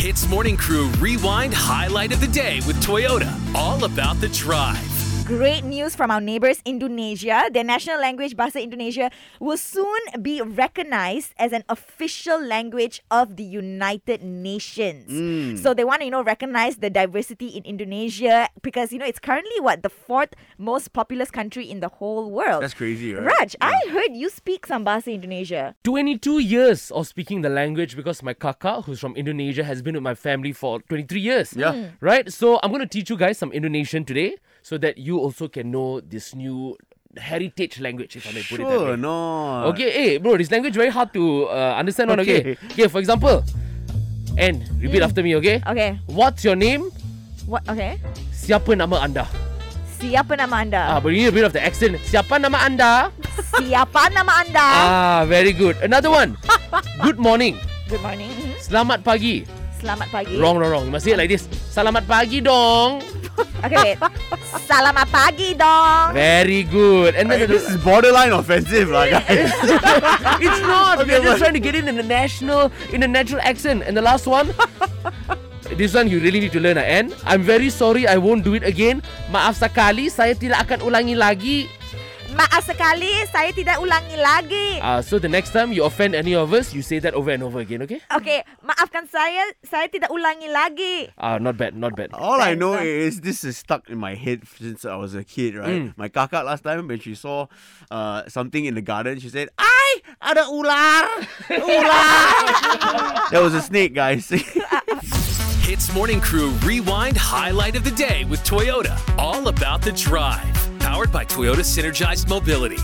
Hits Morning Crew Rewind Highlight of the Day with Toyota. All about the drive. Great news from our neighbors Indonesia. Their national language Bahasa Indonesia will soon be recognized as an official language of the United Nations. Mm. So they want to you know recognize the diversity in Indonesia because you know it's currently what the fourth most populous country in the whole world. That's crazy, right? Raj, I heard you speak some Bahasa Indonesia. 22 years of speaking the language because my kaka, who's from Indonesia, has been with my family for 23 years. Yeah. Mm. Right? So I'm going to teach you guys some Indonesian today so that you also can know this new heritage language, if I may put it that Sure, way. no. Okay, hey, bro, this language very hard to uh, understand on, okay? Okay, for example, and repeat after me, okay? Okay. What's your name? What okay? Siapa nama anda? Siapa nama anda? Ah, but you need a bit of the accent. Siapa nama anda? Siapa nama anda? Ah, very good. Another one. Good morning. Good morning. Mhm. Selamat pagi. Selamat pagi. Wrong, wrong, wrong. You must say it like this. Selamat pagi dong. Okay, wait. Selamat pagi dong. Very good. And then This is borderline offensive, like. it's not. Okay, We're just but- trying to get it in a national, in a natural accent. And the last one. This one you really need to learn, ah, and I'm very sorry I won't do it again. Maaf sekali, saya tidak akan ulangi lagi. Maaf sekali, saya tidak ulangi lagi. Uh, so the next time you offend any of us, you say that over and over again, okay? Okay, maafkan saya, saya tidak ulangi lagi. Ah, not bad, not bad. All I know Thanks, is this is stuck in my head since I was a kid, right? My kakak last time when she saw uh, something in the garden, she said, "I ada ular, ular." there was a snake, guys. Hits Morning Crew Rewind Highlight of the Day with Toyota. All about the drive. Powered by Toyota Synergized Mobility.